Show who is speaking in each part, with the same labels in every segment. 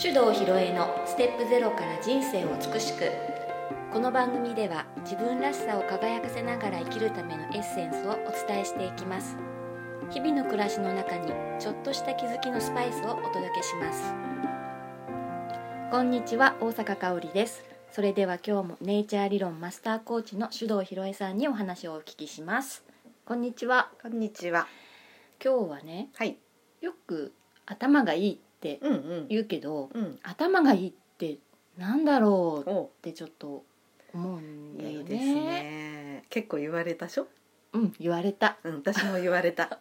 Speaker 1: 手動ひろえのステップゼロから人生を美しくこの番組では自分らしさを輝かせながら生きるためのエッセンスをお伝えしていきます日々の暮らしの中にちょっとした気づきのスパイスをお届けしますこんにちは大阪香織ですそれでは今日もネイチャー理論マスターコーチの手動ひろえさんにお話をお聞きしますこんにちは
Speaker 2: こんにちは。
Speaker 1: 今日はね
Speaker 2: はい。
Speaker 1: よく頭がいいって
Speaker 2: うんうん。
Speaker 1: 言うけど、
Speaker 2: うん。
Speaker 1: 頭がいいってなんだろうっ
Speaker 2: お。
Speaker 1: てちょっと思うんだよね
Speaker 2: いいですね。結構言われたしょ。
Speaker 1: うん言われた、
Speaker 2: うん、私も言われ た。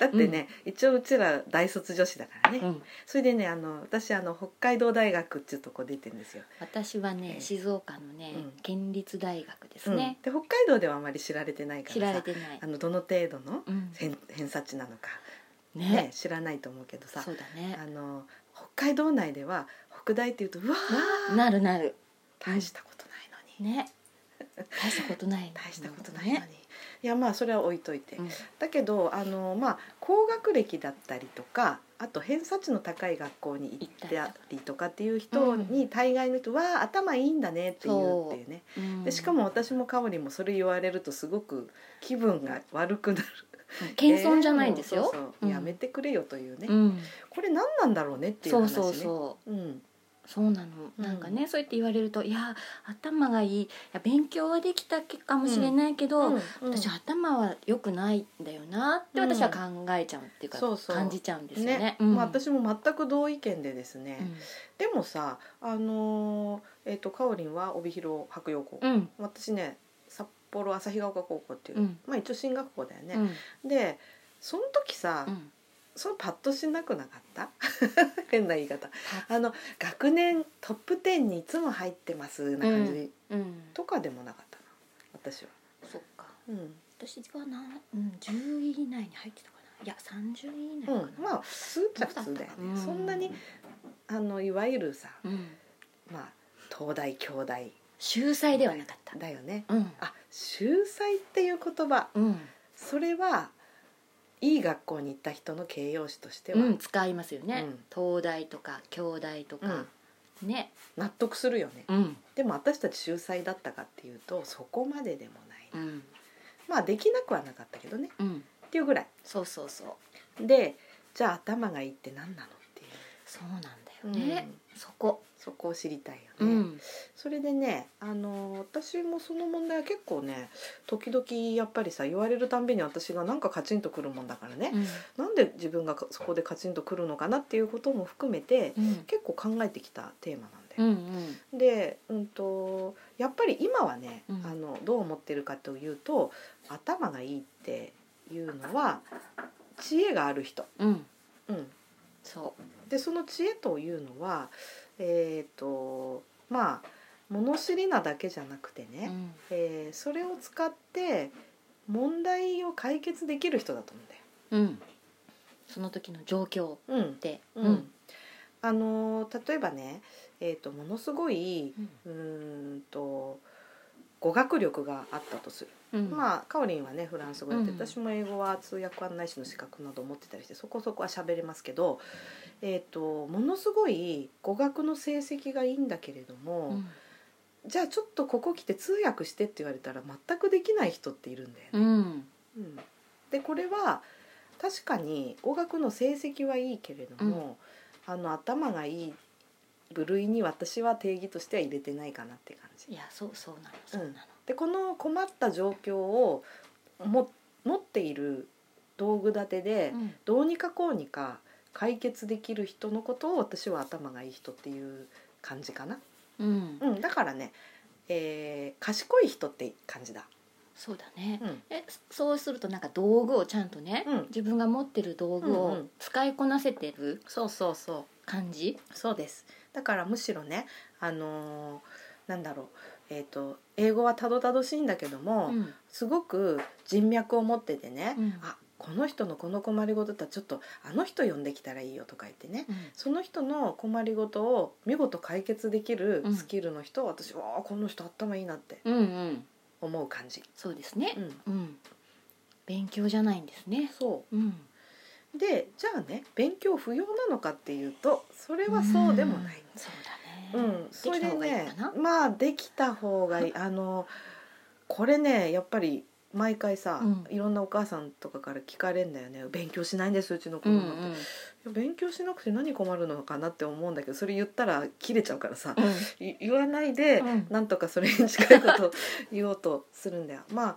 Speaker 2: だってね、一応うちら大卒女子だからね。
Speaker 1: うん、
Speaker 2: それでね、あの私あの北海道大学っていうとこ出てるんですよ。
Speaker 1: 私はね
Speaker 2: ええ
Speaker 1: 静岡のね、
Speaker 2: うん
Speaker 1: 県立大学ですね、
Speaker 2: うん、で北海道ではあまり知られてないからさ
Speaker 1: 知られてない
Speaker 2: あ、のどの程度の
Speaker 1: うん、
Speaker 2: 偏偏差値なのか、
Speaker 1: ね
Speaker 2: ね知らないと思うけどさ
Speaker 1: そうだね
Speaker 2: あの北海道内では北大っていうとうわー
Speaker 1: なるなる
Speaker 2: 大したことないのに、
Speaker 1: ね大したことない
Speaker 2: 大したことないのに、いやまあそれは置いといて、
Speaker 1: うん
Speaker 2: だけどあの、まあ、高学歴だったりとかあと偏差値の高い学校に行ってありとかっていう人に、大概の人は頭いいんだねっていうっていうね
Speaker 1: うん
Speaker 2: でしかも私もかおりもそれ言われるとすごく気分が悪くなる
Speaker 1: うん謙遜じゃないんですよ、
Speaker 2: えーそうそ
Speaker 1: う
Speaker 2: う
Speaker 1: ん
Speaker 2: やめてくれよというね、
Speaker 1: うん、
Speaker 2: これ何なんだろうねっていう
Speaker 1: そう
Speaker 2: 話ね
Speaker 1: そうそう
Speaker 2: うん
Speaker 1: そうなの、
Speaker 2: うん
Speaker 1: なんかねそうやって言われるといや頭がいいいや勉強はできたかもしれないけど、
Speaker 2: うん
Speaker 1: 私頭は良くないんだよなって
Speaker 2: うん
Speaker 1: 私は考えちゃうっていうか、
Speaker 2: そうそう
Speaker 1: 感じちゃうんですよね。
Speaker 2: ね
Speaker 1: うん
Speaker 2: まあ、私も全く同意見でですね、
Speaker 1: う
Speaker 2: でもさあのーえっ、とかおりんは帯広白洋高校
Speaker 1: ん、うん
Speaker 2: 私ね札幌旭ヶ丘高校っていう、
Speaker 1: うん
Speaker 2: まあ一応進学校だよね
Speaker 1: う、ん
Speaker 2: でその時さ、
Speaker 1: うん
Speaker 2: そのパッとしなくなかった 変な言い方あの学年トップ10にいつも入ってますな感じ、
Speaker 1: うん、
Speaker 2: とかでもなかったな私は、
Speaker 1: そっか
Speaker 2: うん
Speaker 1: 私はな、うん、10位以内に入ってたかないや30位以内か
Speaker 2: う
Speaker 1: な、
Speaker 2: ん、まあ普通っちゃ普通だよね、
Speaker 1: うん
Speaker 2: そんなにあのいわゆるさ、
Speaker 1: うん、
Speaker 2: まあ東大京大
Speaker 1: 秀才ではなかった
Speaker 2: だよね
Speaker 1: うん
Speaker 2: あ秀才っていう言葉
Speaker 1: うん、
Speaker 2: それはいい学校に行った人の形容詞としては、
Speaker 1: うん、使いますよね、
Speaker 2: うん
Speaker 1: 東大とか京大とか、ね、
Speaker 2: 納得するよね
Speaker 1: うん
Speaker 2: でも私たち秀才だったかっていうとそこまででもない、
Speaker 1: うん
Speaker 2: まあできなくはなかったけどね
Speaker 1: うん、
Speaker 2: っていうぐらい
Speaker 1: そうそうそう
Speaker 2: でじゃあ頭がいいって何なのってい
Speaker 1: そうなんだよ
Speaker 2: う、
Speaker 1: ね、
Speaker 2: うん
Speaker 1: そこ、
Speaker 2: そこを知りたいよね、
Speaker 1: うん
Speaker 2: それでね、あの私もその問題は結構ね時々やっぱりさ言われるたんびに私がなんかカチンとくるもんだからね、
Speaker 1: うん
Speaker 2: なんで自分がかそこでカチンとくるのかなっていうことも含めて
Speaker 1: うん
Speaker 2: 結構考えてきたテーマなんだよ。
Speaker 1: うんうん
Speaker 2: で、うん、とやっぱり今はね、
Speaker 1: うん
Speaker 2: あのどう思ってるかというと頭がいいっていうのは知恵がある人、
Speaker 1: うん
Speaker 2: うん、
Speaker 1: そ
Speaker 2: でその知恵というのはえっ、とまあ物知りなだけじゃなくて
Speaker 1: う、う
Speaker 2: ね、
Speaker 1: ん、
Speaker 2: えーそれを使って問題を解決できる人だと思
Speaker 1: うん、その時の状況
Speaker 2: うんだよ。
Speaker 1: で、
Speaker 2: うんうん、あの例えばね、えー、とものすごい
Speaker 1: うん
Speaker 2: うーんと語学力があったとする、
Speaker 1: うん、あ、
Speaker 2: まあかおりんはねフランス語やって、
Speaker 1: うん
Speaker 2: 私も英語は通訳案内士の資格など持ってたりしてそこそこは喋れますけど、えー、とものすごい語学の成績がいいんだけれど
Speaker 1: う
Speaker 2: も、
Speaker 1: ん
Speaker 2: じゃあちょっとここ来て通訳してって言われたら全くできない人っているんだよね。
Speaker 1: うん
Speaker 2: うんでこれは確かに語学の成績はいいけれども、あの頭がいい部類に私は定義としては入れてないかなって感じ
Speaker 1: いやそうそうなのそうなの、
Speaker 2: でこの困った状況をも持っている道具立てで、
Speaker 1: うん
Speaker 2: どうにかこうにか解決できる人のことを私は頭がいい人っていう感じかな、
Speaker 1: うん
Speaker 2: うん、だからね、えー賢い人って感じだ、
Speaker 1: そうだね、
Speaker 2: うん
Speaker 1: えそうするとなんか道具をちゃんとね、
Speaker 2: うん
Speaker 1: 自分が持ってる道具
Speaker 2: うんう
Speaker 1: を
Speaker 2: ん
Speaker 1: 使いこなせてる
Speaker 2: そうそうそう
Speaker 1: 感じ、
Speaker 2: そうです。だからむしろね、あのーなんだろう、えっ、と英語はたどたどしいんだけども、
Speaker 1: うん
Speaker 2: すごく人脈を持っててね、
Speaker 1: うん
Speaker 2: あこの人のこの困りごとだったらちょっとあの人呼んできたらいいよとか言ってね。
Speaker 1: うん
Speaker 2: その人の困りごとを見事解決できるスキルの人、私はこの人頭いいなって
Speaker 1: うんうん、
Speaker 2: 思う感じ。
Speaker 1: そうですね
Speaker 2: う、ん、
Speaker 1: うん、勉強じゃないんですね、
Speaker 2: そ
Speaker 1: うん、
Speaker 2: でじゃあね勉強不要なのかっていうとそれはそうでもない。
Speaker 1: そうだ
Speaker 2: うん
Speaker 1: ね、
Speaker 2: それ
Speaker 1: できた
Speaker 2: で
Speaker 1: 方がいいか
Speaker 2: ね
Speaker 1: な
Speaker 2: まあできた方がいいあのこれねやっぱり毎回さ、
Speaker 1: うん
Speaker 2: いろんなお母さんとかから聞かれんだよね「勉強しないんですうちの子
Speaker 1: うん
Speaker 2: 供
Speaker 1: う
Speaker 2: って」
Speaker 1: ん
Speaker 2: 勉強しなくて何困るのかなって思うんだけどそれ言ったら切れちゃうからさ
Speaker 1: うん
Speaker 2: い言わないで、
Speaker 1: うん
Speaker 2: なんとかそれに近いことを言おうとするんだよ。 まあ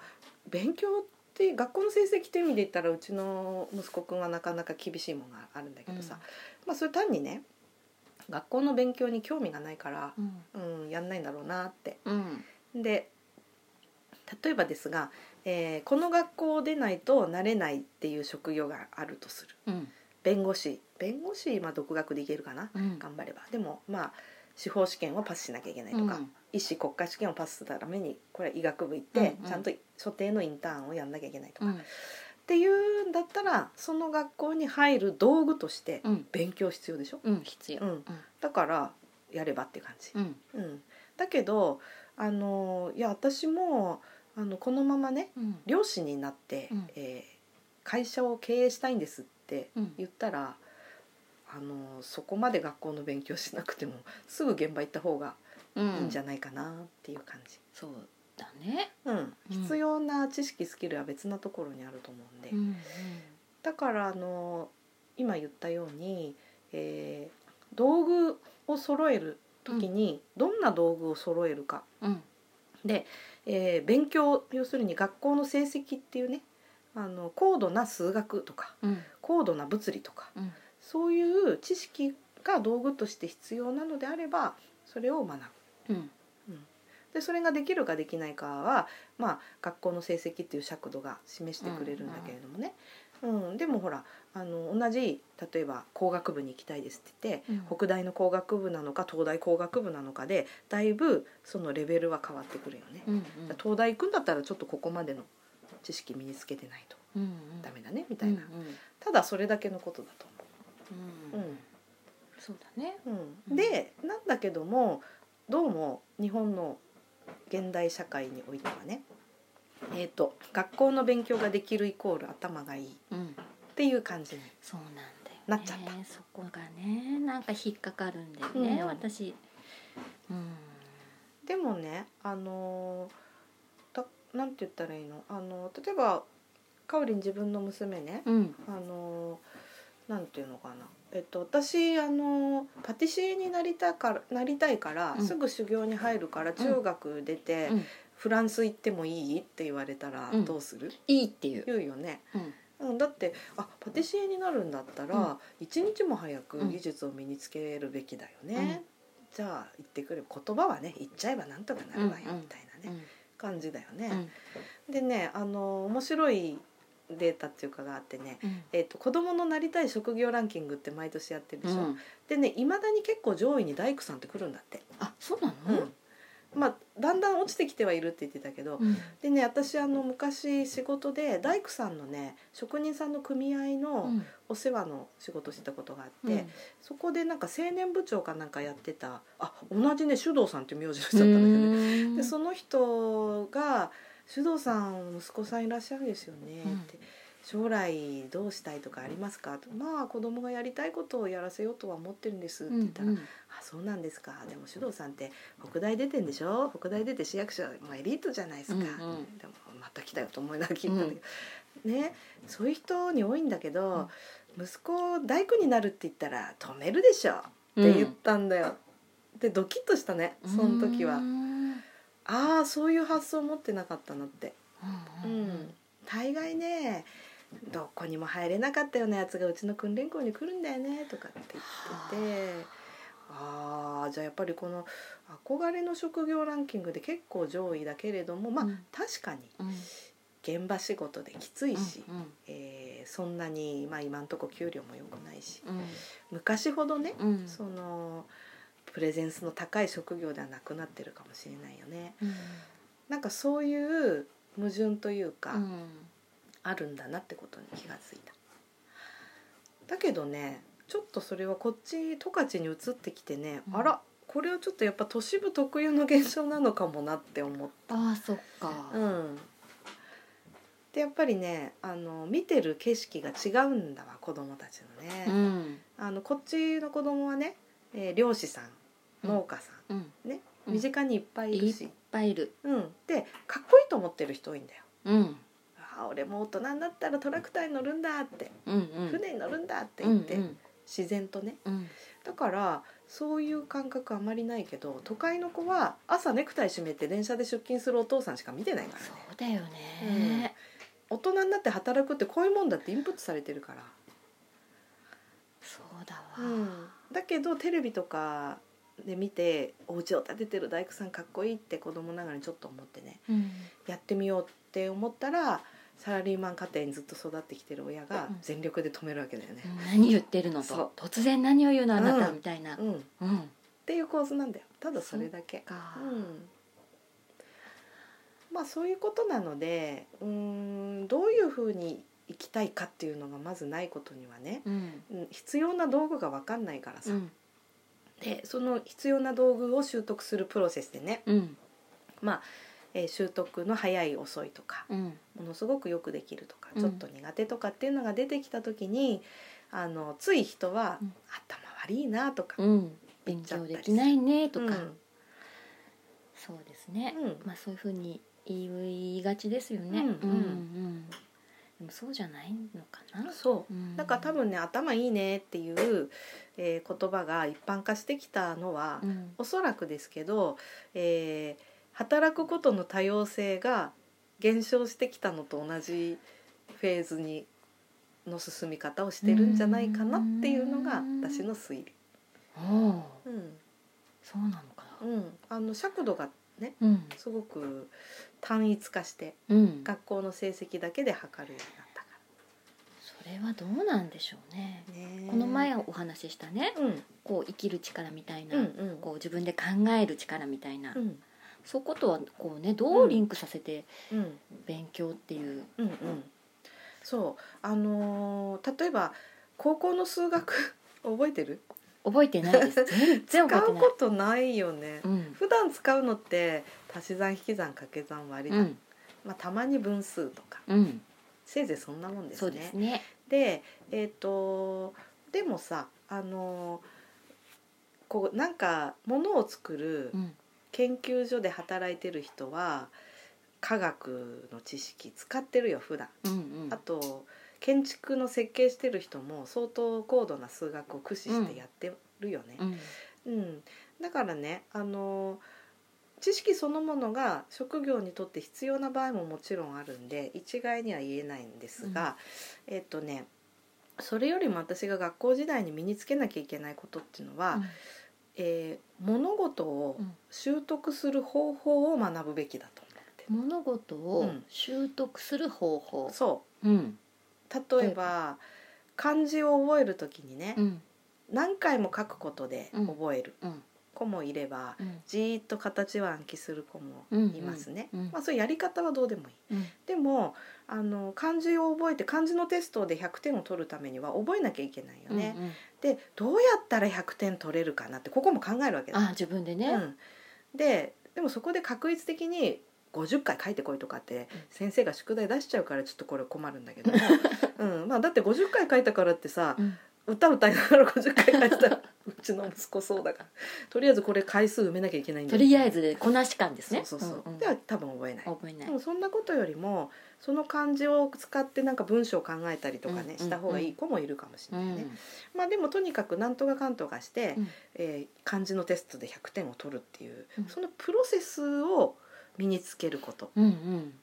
Speaker 2: 勉強って学校の成績っていう意味で言ったらうちの息子くんはなかなか厳しいものがあるんだけどさ、まあそれ単にね学校の勉強に興味がないから、
Speaker 1: うん
Speaker 2: うん、やんないんだろうなって。
Speaker 1: うん
Speaker 2: で例えばですが、えーこの学校を出ないとなれないっていう職業があるとする。
Speaker 1: うん
Speaker 2: 弁護士弁護士まあ独学でいけるかな
Speaker 1: うん
Speaker 2: 頑張ればでもまあ司法試験をパスしなきゃいけないとか、
Speaker 1: うん
Speaker 2: 医師国家試験をパスするためにこれは医学部行って、
Speaker 1: うんうん
Speaker 2: ちゃんと所定のインターンをやんなきゃいけないとか、
Speaker 1: う
Speaker 2: っ
Speaker 1: ん
Speaker 2: ていうんだったらその学校に入る道具として
Speaker 1: うん
Speaker 2: 勉強必要でしょ、
Speaker 1: うん必要
Speaker 2: うんだからやればって感じ、
Speaker 1: うん
Speaker 2: うん、だけどあのいや私もあのこのままね
Speaker 1: うん
Speaker 2: 漁師になって、
Speaker 1: うん
Speaker 2: えー会社を経営したいんですって
Speaker 1: うん
Speaker 2: 言ったら、あのそこまで学校の勉強しなくてもすぐ現場行った方が
Speaker 1: うん
Speaker 2: いいんじゃないかなっていう感じ、
Speaker 1: そうだね
Speaker 2: うん
Speaker 1: うん
Speaker 2: 必要な知識スキルは別なところにあると思うんで、
Speaker 1: うん
Speaker 2: だからあの今言ったように、えー道具を揃える時にどんな道具を揃えるか、
Speaker 1: うん
Speaker 2: で、えー勉強要するに学校の成績っていうねあの高度な数学とか
Speaker 1: うん
Speaker 2: 高度な物理とか
Speaker 1: うん
Speaker 2: そういう知識が道具として必要なのであればそれを学ぶ
Speaker 1: うん
Speaker 2: でそれができるかできないかは、まあ、学校の成績っていう尺度が示してくれるんだけれどもね、うんでもほらあの同じ例えば工学部に行きたいですって言って、
Speaker 1: うん
Speaker 2: 北大の工学部なのか東大工学部なのかでだいぶそのレベルは変わってくるよね。
Speaker 1: うん
Speaker 2: だから東大行くんだったらちょっとここまでの知識身につけてないと
Speaker 1: うん
Speaker 2: ダメだねみたい
Speaker 1: う
Speaker 2: な、
Speaker 1: んうん
Speaker 2: ただそれだけのことだと
Speaker 1: う
Speaker 2: 思う。うんん
Speaker 1: そうだね
Speaker 2: うん、でなんだけどもどうも日本の現代社会においてはね、えー、と学校の勉強ができるイコール頭がいいっ
Speaker 1: うん
Speaker 2: ていう感じに、
Speaker 1: そうなんだよ、ね、
Speaker 2: なっちゃった
Speaker 1: そこがねなんか引っかかるんだよね、
Speaker 2: うん
Speaker 1: 私うん
Speaker 2: でもねあのーだなんて言ったらいいのあのー例えばかおりん自分の娘ね、
Speaker 1: うん
Speaker 2: あのーなんていうのかな、えっと、私、あのーパティシエになりたからなりたいから、
Speaker 1: うん
Speaker 2: すぐ修行に入るから中学出て、
Speaker 1: うん
Speaker 2: フランス行ってもいいって言われたら
Speaker 1: うん
Speaker 2: どうする、
Speaker 1: いいっていう、
Speaker 2: 言うよね、
Speaker 1: うん
Speaker 2: うん、だってあパティシエになるんだった
Speaker 1: うん
Speaker 2: ら一日も早
Speaker 1: う
Speaker 2: く
Speaker 1: ん
Speaker 2: 技術を身につけるべきだよね、
Speaker 1: うん
Speaker 2: じゃあ行ってくれ言葉はね言っちゃえばなんとかなるわよ
Speaker 1: うん
Speaker 2: みたいなね、
Speaker 1: うん
Speaker 2: 感じだよ
Speaker 1: う
Speaker 2: ね。
Speaker 1: ん
Speaker 2: でねあの面白いデータっていうかがあってね
Speaker 1: うん
Speaker 2: えっと子供のなりたい職業ランキングって毎年やってるでしょ、
Speaker 1: うん
Speaker 2: でねいまだに結構上位に大工さんって来るんだって、
Speaker 1: あそうなの、
Speaker 2: まあだんだん落ちてきてはいるって言ってたけど、
Speaker 1: うん
Speaker 2: でね私あの昔仕事で大工さんのね職人さんの組合
Speaker 1: う
Speaker 2: の
Speaker 1: ん
Speaker 2: お世話の仕事をしてたことがあって、
Speaker 1: うん
Speaker 2: そこでなんか青年部長かなんかやってたあ同じね手動さんっていう名字の人
Speaker 1: う
Speaker 2: だったんだけどね
Speaker 1: ん
Speaker 2: でその人が「手動さん息子さんいらっしゃるんですよね」って。将来どうしたいとかありますかとまあ子供がやりたいことをやらせようとは思ってるんですって言ったら、
Speaker 1: うんうん
Speaker 2: あそうなんですかでも首藤さんって北大出てんでしょ北大出て市役所もエリートじゃないですか、
Speaker 1: うんうん
Speaker 2: でもまた来たよと思いながら聞いたんだけど、ねそういう人に多いんだけど、息子を大工になるって言ったら止めるでしょって言ったんだよ、でドキッとしたねその時は、
Speaker 1: うん
Speaker 2: ああそういう発想持ってなかったなって、
Speaker 1: う
Speaker 2: うんん、大概ねどこにも入れなかったようなやつがうちの訓練校に来るんだよねとかって言っててああじゃあやっぱりこの憧れの職業ランキングで結構上位だけれどもまあ、
Speaker 1: うん
Speaker 2: 確かに
Speaker 1: うん
Speaker 2: 現場仕事できついし、
Speaker 1: うん
Speaker 2: えーそんなに、まあ、今んとこ給料も良くないし
Speaker 1: うん
Speaker 2: 昔ほどね、
Speaker 1: うんうん
Speaker 2: そのプレゼンスの高い職業ではなくなってるかもしれないよね。
Speaker 1: うん
Speaker 2: なんかそういう矛盾というか、
Speaker 1: うん
Speaker 2: あるんだなってことに気がついただけどねちょっとそれはこっち十勝に移ってきてね、
Speaker 1: うん
Speaker 2: あらこれはちょっとやっぱ都市部特有の現象なのかもなって思っ
Speaker 1: ああそっか
Speaker 2: た、うん、でやっぱりねあの見てる景色が違うんだわ子供たちのね、
Speaker 1: うん
Speaker 2: あのこっちの子供はね、えー漁師さん農家さん、
Speaker 1: うん、いっ
Speaker 2: ね
Speaker 1: うん
Speaker 2: 身近にいっぱいいるし、
Speaker 1: ぱいいる、
Speaker 2: うんでかっこいいと思ってる人多いんだよ。
Speaker 1: うん、うん
Speaker 2: あー俺もう大人になったらトラクターに乗るんだって、
Speaker 1: うん
Speaker 2: 船に乗るんだって
Speaker 1: う
Speaker 2: 言っ
Speaker 1: ん
Speaker 2: て、自然とね
Speaker 1: うん
Speaker 2: だからそういう感覚あまりないけど都会の子は朝ネクタイ締めて電車で出勤するお父さんしか見てないからね
Speaker 1: そうだよね、
Speaker 2: 大人になって働くってこういうもんだってインプットされてるから、
Speaker 1: そうだわ、
Speaker 2: だけどテレビとかで見てお家を建ててる大工さんかっこいいって子供ながらにちょっと思ってね
Speaker 1: うん
Speaker 2: やってみようって思ったらサラリーマン家庭にずっと育ってきてる親が
Speaker 1: うん
Speaker 2: 全力で止めるわけだよね。
Speaker 1: 何言ってるの
Speaker 2: そう
Speaker 1: と突然何を言うのあなた
Speaker 2: うん
Speaker 1: みたいな、
Speaker 2: うん、っ
Speaker 1: うん、
Speaker 2: ていう構図なんだよただそれだけ。
Speaker 1: か
Speaker 2: うんまあそういうことなのでうーんどういうふうに生きたいかっていうのがまずないことにはね、
Speaker 1: うん
Speaker 2: うん、必要な道具が分かんないから
Speaker 1: う
Speaker 2: さ、
Speaker 1: ん
Speaker 2: でその必要な道具を習得するプロセスでね、
Speaker 1: うん
Speaker 2: まあえー習得の早い遅いとか
Speaker 1: うん
Speaker 2: ものすごくよくできるとか、
Speaker 1: うん
Speaker 2: ちょっと苦手とかっていうのが出てきた時にあのつい人は、
Speaker 1: うん
Speaker 2: 頭悪いなとか、
Speaker 1: うん勉強できないねとか、そうですね、
Speaker 2: うん
Speaker 1: まあそういうふうに言いがちですよね、
Speaker 2: う
Speaker 1: うん
Speaker 2: ん
Speaker 1: うんでもそうじゃないのかな、
Speaker 2: そう
Speaker 1: うん
Speaker 2: だから多、分ね頭いいねっていう、えー言葉が一般化してきたのは、
Speaker 1: うん
Speaker 2: おそらくですけど、えー働くことの多様性が減少してきたのと同じフェーズにの進み方をしてるんじゃないかなっていうのが
Speaker 1: うん
Speaker 2: 私の推理。
Speaker 1: おう
Speaker 2: うん
Speaker 1: そうなのかな
Speaker 2: うん、あの尺度がね
Speaker 1: うん
Speaker 2: すごく単一化して
Speaker 1: うん
Speaker 2: 学校の成績だけで測るようになったか
Speaker 1: それはどうなんでしょうね、
Speaker 2: らね。
Speaker 1: この前お話ししたね
Speaker 2: うん
Speaker 1: こう生きる力みたいな、
Speaker 2: うんうん
Speaker 1: こう自分で考える力みたいな、
Speaker 2: うん
Speaker 1: そういうことはこうねどうリンクさせて
Speaker 2: うん
Speaker 1: 勉強っていう、
Speaker 2: うんうん、そうあのー例えば高校の数学 覚えてる
Speaker 1: 覚えてないです全然
Speaker 2: 使
Speaker 1: 覚えて
Speaker 2: う
Speaker 1: ない
Speaker 2: こ、とないよね、
Speaker 1: うん
Speaker 2: 普段使うのって足し算引き算掛け算割り
Speaker 1: う
Speaker 2: 算、
Speaker 1: ん
Speaker 2: まあ、たまに分数とか
Speaker 1: うん
Speaker 2: せいぜいそんなもんですね。
Speaker 1: そうですね
Speaker 2: でえっ、とでもさあのーこうなんかものを作る
Speaker 1: うん
Speaker 2: 研究所で働いてる人は科学の知識使ってるよ普段
Speaker 1: うんうん
Speaker 2: あと建築の設計してる人も相当高度な数学を駆使してやってるよね
Speaker 1: う。ん
Speaker 2: うんだからねあの知識そのものが職業にとって必要な場合ももちろんあるんで一概には言えないんですが、えっとねそれよりも私が学校時代に身につけなきゃいけないことっていうのは、えー物事を
Speaker 1: うん
Speaker 2: 習得する方法を学ぶべきだと思ってる、
Speaker 1: 物事
Speaker 2: う
Speaker 1: を
Speaker 2: ん
Speaker 1: 習得する方法、
Speaker 2: そ
Speaker 1: うん
Speaker 2: う例えば漢字を覚える時にね、
Speaker 1: うん
Speaker 2: 何回も書くことで覚える
Speaker 1: うん
Speaker 2: 子もいれば
Speaker 1: うん
Speaker 2: じーっと形は暗記する子もいますね。
Speaker 1: うんうんうん
Speaker 2: まあ、そういうやり方はどうでもい
Speaker 1: う
Speaker 2: い
Speaker 1: ん
Speaker 2: でもあの漢字を覚えて漢字のテストで100点を取るためには覚えなきゃいけないよね。
Speaker 1: うんうん
Speaker 2: でどうやったら100点取れるかなってここも考えるわけだ。
Speaker 1: あ自分でね、
Speaker 2: うん、ででもそこで確率的に50回書いてこいとかって先生が宿題出しちゃうからちょっとこれ困るんだ けども、うんまあ、だって50回書いたからってさ
Speaker 1: うん
Speaker 2: 歌歌いながら50回書いてたらうちの息子そうだからとりあえずこれ回数埋めなきゃいけないん
Speaker 1: と
Speaker 2: だよ
Speaker 1: りあえずでこなし感ですね
Speaker 2: そうそうそ
Speaker 1: ん
Speaker 2: う、
Speaker 1: ん
Speaker 2: では多分覚えない、
Speaker 1: 覚えない
Speaker 2: でもそんなことよりもその漢字を使ってなんか文章を考えたりとかね、
Speaker 1: うんうんうん
Speaker 2: した方がいい子もいるかもし
Speaker 1: う
Speaker 2: れないね、
Speaker 1: ん
Speaker 2: まあでもとにかくなんとかかんとかして、
Speaker 1: うん
Speaker 2: えー漢字のテストで100点を取るっていう、
Speaker 1: うん
Speaker 2: そのプロセスを身につけること、
Speaker 1: うんうん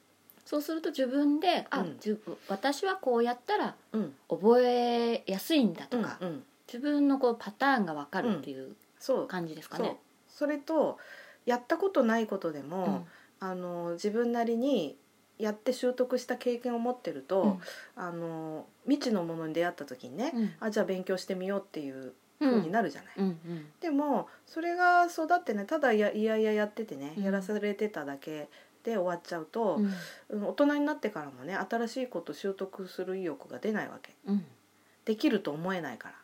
Speaker 1: そうすると自分であ、
Speaker 2: うん
Speaker 1: 自分私はこうやったら
Speaker 2: うん、
Speaker 1: 覚えやすいんだと
Speaker 2: と
Speaker 1: か
Speaker 2: か、、うん、
Speaker 1: 自分のこうパターンがわかるっていう
Speaker 2: そう
Speaker 1: 感じですか
Speaker 2: そう
Speaker 1: ね。
Speaker 2: それとやったことないことで
Speaker 1: う
Speaker 2: も、
Speaker 1: ん
Speaker 2: あの自分なりにやって習得した経験を持ってると、あの未知のものに出会った時にね、
Speaker 1: うん
Speaker 2: あじゃあ勉強してみようっていう
Speaker 1: うん
Speaker 2: 風になるじゃない。
Speaker 1: うんうん
Speaker 2: でもそれが育ってねただやいやいややっててね、
Speaker 1: うん
Speaker 2: やらされてただけで終わっちゃうと
Speaker 1: う、ん
Speaker 2: うん大人になってからもね新しいこと習得する意欲が出ないわけ
Speaker 1: うん
Speaker 2: できると思えないから。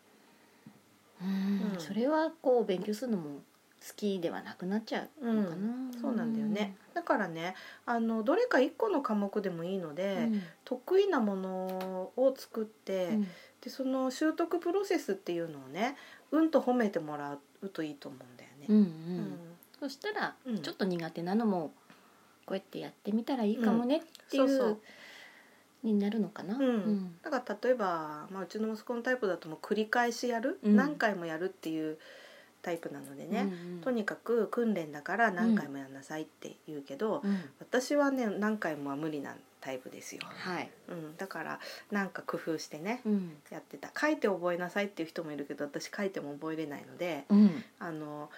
Speaker 1: うん
Speaker 2: うん
Speaker 1: それはこう勉強するのもきではなくなっちゃうのかな、
Speaker 2: そうなんだよね、だからねあのどれか1個の科目でもいいので、得意なものを作って、
Speaker 1: うん
Speaker 2: でその習得プロセスっていうのをねうんと褒めてもらうといいと思うんだよ
Speaker 1: うんう
Speaker 2: ね。うん
Speaker 1: そしたら、
Speaker 2: うん
Speaker 1: ちょっと苦手なのもこうやってやってみたらいいかもねっていう,、
Speaker 2: そうそう
Speaker 1: になるのかな、
Speaker 2: うんだから例えば、まあ、うちの息子のタイプだともう繰り返しやる、
Speaker 1: うん
Speaker 2: 何回もやるっていうタイプなので
Speaker 1: うん
Speaker 2: ね、
Speaker 1: うん
Speaker 2: とにかく訓練だから何回もやんなさいって言うけど、
Speaker 1: うん
Speaker 2: 私はね何回もは無理なタイプですよ、
Speaker 1: はい、
Speaker 2: うん、だからなんか工夫してね
Speaker 1: うん
Speaker 2: やってた書いて覚えなさいっていう人もいるけど私書いても覚えれないので、
Speaker 1: うん
Speaker 2: あの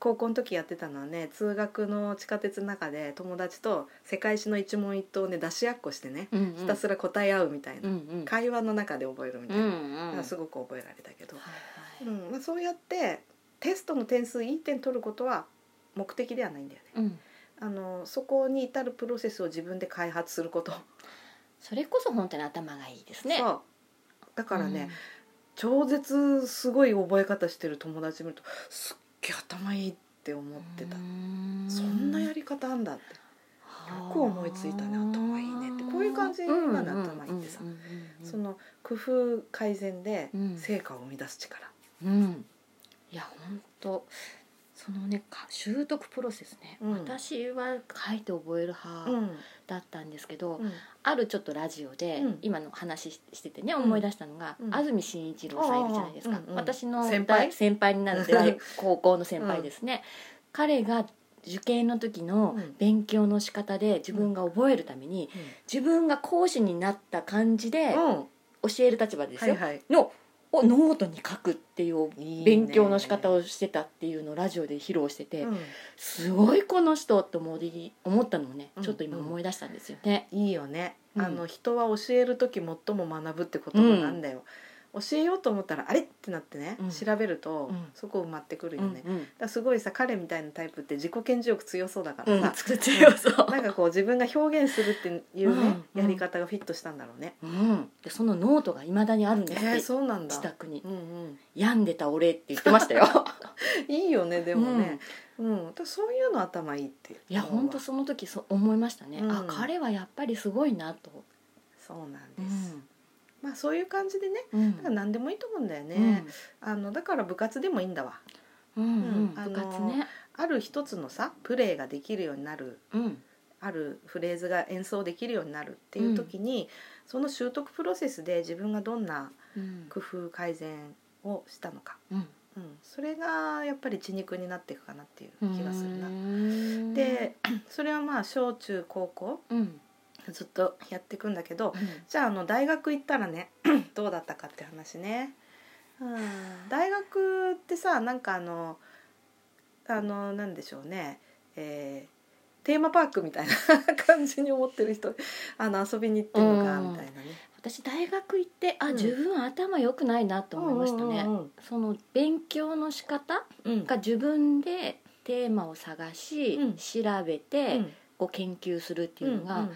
Speaker 2: 高校の時やってたのはね通学の地下鉄の中で友達と世界史の一問一答をね出し合っこしてね、
Speaker 1: うん、
Speaker 2: ひたすら答え合うみたいな、
Speaker 1: うんうん
Speaker 2: 会話の中で覚えるみた
Speaker 1: う
Speaker 2: いな、
Speaker 1: んうん
Speaker 2: すごく覚えられたけど、
Speaker 1: はい
Speaker 2: うん
Speaker 1: はい
Speaker 2: まあ、そうやってテストの点数いい点取ることは目的ではないんだよ
Speaker 1: う
Speaker 2: ね。
Speaker 1: ん
Speaker 2: あのそこに至るプロセスを自分で開発すること、
Speaker 1: それこそ本当に頭がいいですね
Speaker 2: そうだからね、超絶すごい覚え方してる友達見るとすっげえ頭いいって思
Speaker 1: う
Speaker 2: ってた、
Speaker 1: ん
Speaker 2: そんなやり方あんだってよく思いついたね頭いいねってこういう感じなの頭いいってさ
Speaker 1: うんうんうんうん
Speaker 2: その工夫改善で
Speaker 1: うん
Speaker 2: 成果を生み出す力、
Speaker 1: うん、いや本当そのねか習得プロセスね、
Speaker 2: うん
Speaker 1: 私は書いて覚える
Speaker 2: うん
Speaker 1: 派だったんですけど、
Speaker 2: うん
Speaker 1: あるちょっとラジオで、
Speaker 2: うん
Speaker 1: 今の話ししててね
Speaker 2: ん
Speaker 1: 思い出したのが、
Speaker 2: うん
Speaker 1: 安住紳一郎さんいるじゃないですか、
Speaker 2: ああうんうん
Speaker 1: 私の
Speaker 2: 先輩
Speaker 1: 大先輩になる大高校の先輩ですね、彼が受験の時の
Speaker 2: うん
Speaker 1: 勉強の仕方で自分が覚えるために、自分が講師になった感じで
Speaker 2: うん
Speaker 1: 教える立場です
Speaker 2: は
Speaker 1: よ、
Speaker 2: いはい
Speaker 1: のをノートに書くっていう
Speaker 2: いいね
Speaker 1: 勉強の仕方をしてたっていうのをラジオで披露してて、
Speaker 2: うん
Speaker 1: すごいこの人って思い思ったのをね
Speaker 2: うん
Speaker 1: ちょっと今思い出したんですよね。
Speaker 2: いいよね、
Speaker 1: うん
Speaker 2: あの人は教える時最も学ぶって言葉なんだよ、教えようと思ったらあれってなってね、
Speaker 1: うん
Speaker 2: 調べると、
Speaker 1: うん
Speaker 2: そこ埋まってくる
Speaker 1: う
Speaker 2: よ
Speaker 1: ん
Speaker 2: ね、
Speaker 1: うん
Speaker 2: だからすごいさ彼みたいなタイプって自己顕示欲強そうだか
Speaker 1: う
Speaker 2: ら
Speaker 1: ん
Speaker 2: さ、
Speaker 1: 作ってよそう、
Speaker 2: なんかこう自分が表現するっていうね、
Speaker 1: うん
Speaker 2: やり方がフィットしたんだろうね、
Speaker 1: うん、でそのノートがいまだにあるんですって、
Speaker 2: えー、そうなんだ
Speaker 1: 自宅に
Speaker 2: うんうん、
Speaker 1: 病んでた俺って言ってましたよ
Speaker 2: いいよね でもね、うん私そういうの頭いいって
Speaker 1: いや本当
Speaker 2: そ
Speaker 1: その時そう思いましたね、
Speaker 2: うん
Speaker 1: あ彼はやっぱりすごいなと、
Speaker 2: うなんです、まあそういう感じでね
Speaker 1: うん
Speaker 2: だから何でもいいと思うんだよね、あのだから部活でもいいんだわ
Speaker 1: うんうん
Speaker 2: うんあの
Speaker 1: 部活ね、
Speaker 2: ある一つのさプレーができるようになる
Speaker 1: うん
Speaker 2: あるフレーズが演奏できるようになるっていう時に、その習得プロセスで自分がどんな
Speaker 1: うん
Speaker 2: 工夫改善をしたのか、
Speaker 1: うん、
Speaker 2: うん、それがやっぱり血肉になっていくかなっていう気がするな
Speaker 1: う。ーん
Speaker 2: でそれはまあ小中高校
Speaker 1: うん
Speaker 2: ずっとやっていくんだけどじゃああの大学行ったらねどうだったかって話ね、うん、大学ってさなんかあのあのなんでしょうね、えーテーマパークみたいな感じに思ってる人あの遊びに行ってるのか
Speaker 1: うん
Speaker 2: みたいなね
Speaker 1: 私大学行ってあ、
Speaker 2: うん
Speaker 1: 自分頭良くないなと思いましたね、
Speaker 2: うんうん
Speaker 1: その勉強の仕方
Speaker 2: うんうん
Speaker 1: が自分でテーマを探し、
Speaker 2: うん
Speaker 1: 調べ
Speaker 2: う
Speaker 1: て、
Speaker 2: ん
Speaker 1: こう研究するっていうのが、
Speaker 2: うん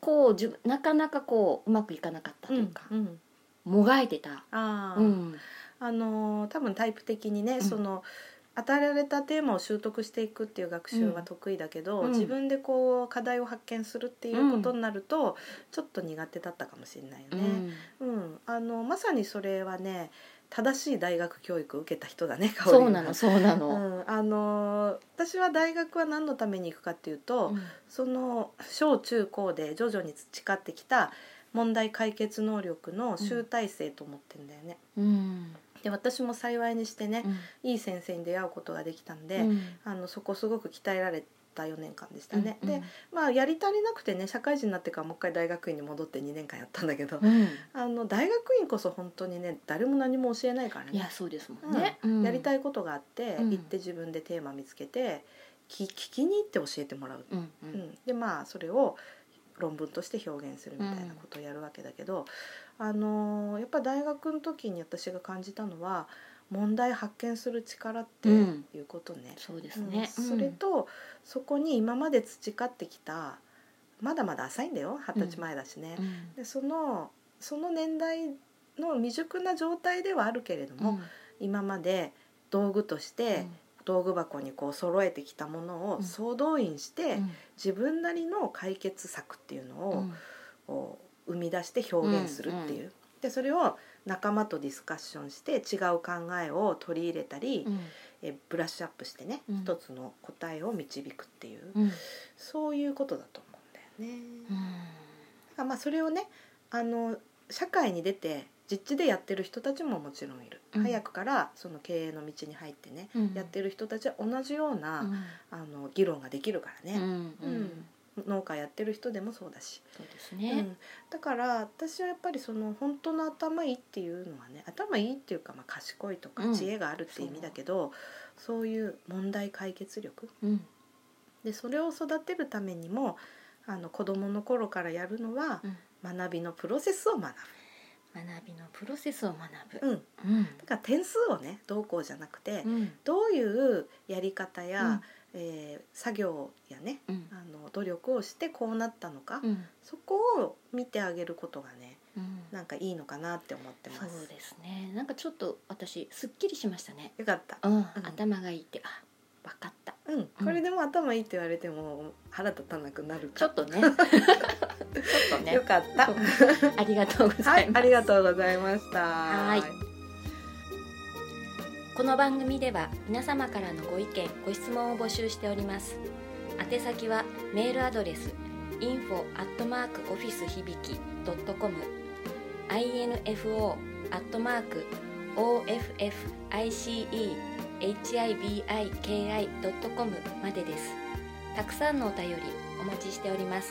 Speaker 1: こうじゅなかなかこううまくいかなかったというか、
Speaker 2: うんうん
Speaker 1: もがいてた、
Speaker 2: あー
Speaker 1: うん
Speaker 2: あのー多分タイプ的にね、
Speaker 1: ん
Speaker 2: その与えられたテーマを習得していくっていう学習が得意だけど、
Speaker 1: うん
Speaker 2: 自分でこう課題を発見するっていうことになると、ちょっと苦手だったかもしれないよ
Speaker 1: う
Speaker 2: ね。
Speaker 1: ん
Speaker 2: うん、あのまさにそれはね正しい大学教育を受けた人だね。香織
Speaker 1: そうなのそうな
Speaker 2: う
Speaker 1: の、
Speaker 2: ん、あのー私は大学は何のために行くかっていうと、
Speaker 1: うん
Speaker 2: その小中高で徐々に培ってきた問題解決能力の集大成と思ってんだよね。
Speaker 1: うん
Speaker 2: で私も幸いにしてね、いい先生に出会うことができたんで、
Speaker 1: うん
Speaker 2: あのそこすごく鍛えられた4年間でしたね、
Speaker 1: うん
Speaker 2: でまあやり足りなくてね社会人になってからもう一回大学院に戻って2年間やったんだけど、
Speaker 1: うん
Speaker 2: あの大学院こそ本当にね誰も何も教えないから
Speaker 1: い
Speaker 2: ね
Speaker 1: やそうですもんね、
Speaker 2: やり
Speaker 1: い、
Speaker 2: たいことがあって、
Speaker 1: うん
Speaker 2: 行って自分でテーマ見つけてき聞きに行って教えてもらう、
Speaker 1: うんう
Speaker 2: うんん、でまあそれを論文として表現するみたいなことをやるわけだけど、あのーやっぱ大学の時に私が感じたのは問題発見する力っていうことね。
Speaker 1: そうですね、
Speaker 2: うんそれとそこに今まで培ってきたまだまだ浅いんだよ二十歳前だしね。
Speaker 1: うん
Speaker 2: でそのその年代の未熟な状態ではあるけれども、今まで道具として道具箱にこう揃えてきたもの
Speaker 1: うん
Speaker 2: を総動員して、
Speaker 1: うん
Speaker 2: 自分なりの解決策っていうのをこう生み出して表現するっていう、でそれを仲間とディスカッションして違う考えを取り入れたり、
Speaker 1: うん
Speaker 2: えブラッシュアップしてね、
Speaker 1: うん
Speaker 2: 一つの答えを導くっていう、
Speaker 1: うんうん
Speaker 2: そういうことだと思うんだよね。だからまあそれをねあの社会に出て実地でやってる人たちももちろんいる、
Speaker 1: うん
Speaker 2: 早くからその経営の道に入ってね、
Speaker 1: うん
Speaker 2: やってる人たちは同じような、あの議論ができるから
Speaker 1: うん
Speaker 2: ね、
Speaker 1: うんうん
Speaker 2: 農家やってる人でもそうだし、
Speaker 1: そうです
Speaker 2: う
Speaker 1: ね
Speaker 2: んだから私はやっぱりその本当の頭いいっていうのはね頭いいっていうか、まあ、賢いと
Speaker 1: う
Speaker 2: か
Speaker 1: ん
Speaker 2: 知恵があるって意味だけど、そういう問題解決力
Speaker 1: うん
Speaker 2: でそれを育てるためにもあの子どもの頃からやるのは、
Speaker 1: うん
Speaker 2: 学びのプロセスを学
Speaker 1: 学びのプロセスを学ぶ
Speaker 2: ぶ、うん、だ
Speaker 1: うん
Speaker 2: から点数をねどうこうじゃなくて、
Speaker 1: うん
Speaker 2: どういうやり方や、えー作業やね
Speaker 1: うん
Speaker 2: あの努力をしてこうなったのか、
Speaker 1: うん
Speaker 2: そこを見てあげることがね
Speaker 1: うん
Speaker 2: なんかいいのかなって思ってま
Speaker 1: そう
Speaker 2: す。
Speaker 1: ですねなんかちょっと私すっきりしましたね
Speaker 2: よかった。
Speaker 1: うん
Speaker 2: うん
Speaker 1: 頭がいいってあ分かった
Speaker 2: うん、これでも頭いいって言われても腹立たなくなる
Speaker 1: ちょ
Speaker 2: か。
Speaker 1: っとねちょ っとね
Speaker 2: よかった。
Speaker 1: そう ありがとうござ
Speaker 2: はいい、
Speaker 1: ます
Speaker 2: ありがとうございました。
Speaker 1: はいこの番組では皆様からのご意見ご質問を募集しております宛先はメールアドレス info office 響き .com info officehibiki.com までですたくさんのお便りお待ちしております